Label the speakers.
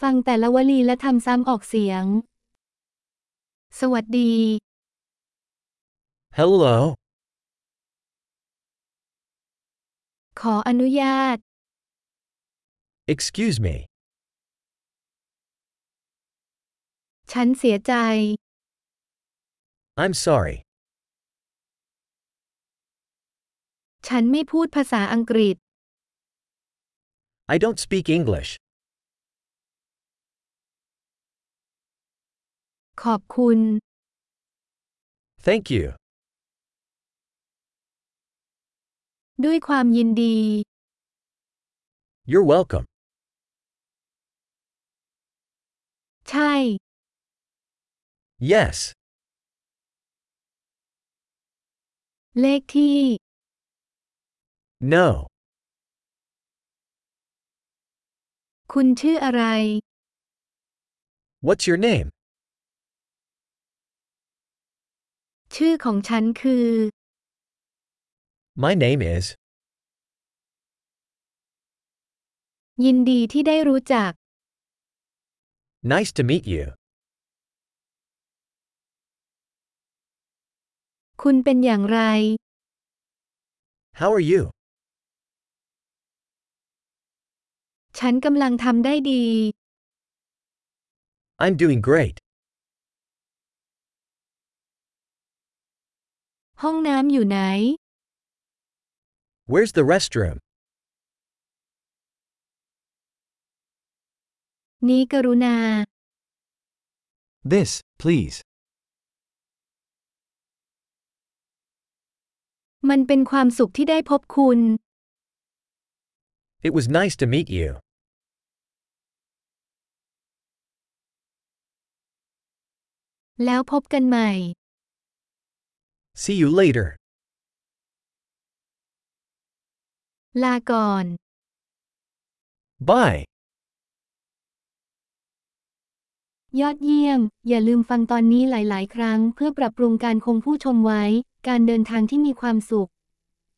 Speaker 1: ฟังแต่ละวลีและทำซ้ำออกเสียง สวัสดี
Speaker 2: Hello.
Speaker 1: ขออนุญาต
Speaker 2: Excuse me.
Speaker 1: ฉันเสียใจ
Speaker 2: I'm sorry.
Speaker 1: ฉันไม่พูดภาษาอังกฤษ
Speaker 2: I don't speak English.
Speaker 1: ขอบคุณ
Speaker 2: Thank you.
Speaker 1: ด้วยความยินดี
Speaker 2: You're welcome.
Speaker 1: ใช่
Speaker 2: Yes.
Speaker 1: เลขที่
Speaker 2: No.
Speaker 1: คุณชื่ออะไร
Speaker 2: What's your name?
Speaker 1: ชื่อของฉันคือ
Speaker 2: My name is.
Speaker 1: ยินดีที่ได้รู้จัก
Speaker 2: Nice to meet you.
Speaker 1: คุณเป็นอย่างไร
Speaker 2: How are you?
Speaker 1: ฉันกำลังทำได้ดี
Speaker 2: I'm doing great.
Speaker 1: ห้องน้ำอยู่ไหน
Speaker 2: Where's the restroom?
Speaker 1: นี้กรุณา
Speaker 2: This, please.
Speaker 1: มันเป็นความสุขที่ได้พบคุณ
Speaker 2: It was nice to meet you.
Speaker 1: แล้วพบกันใหม่
Speaker 2: See you later.
Speaker 1: ลาก่อน
Speaker 2: Bye.
Speaker 1: ยอดเยี่ยม อย่าลืมฟังตอนนี้หลาย ๆ ครั้ง เพื่อปรับปรุงการคงผู้ชมไว้ การเดินทางที่มีความสุข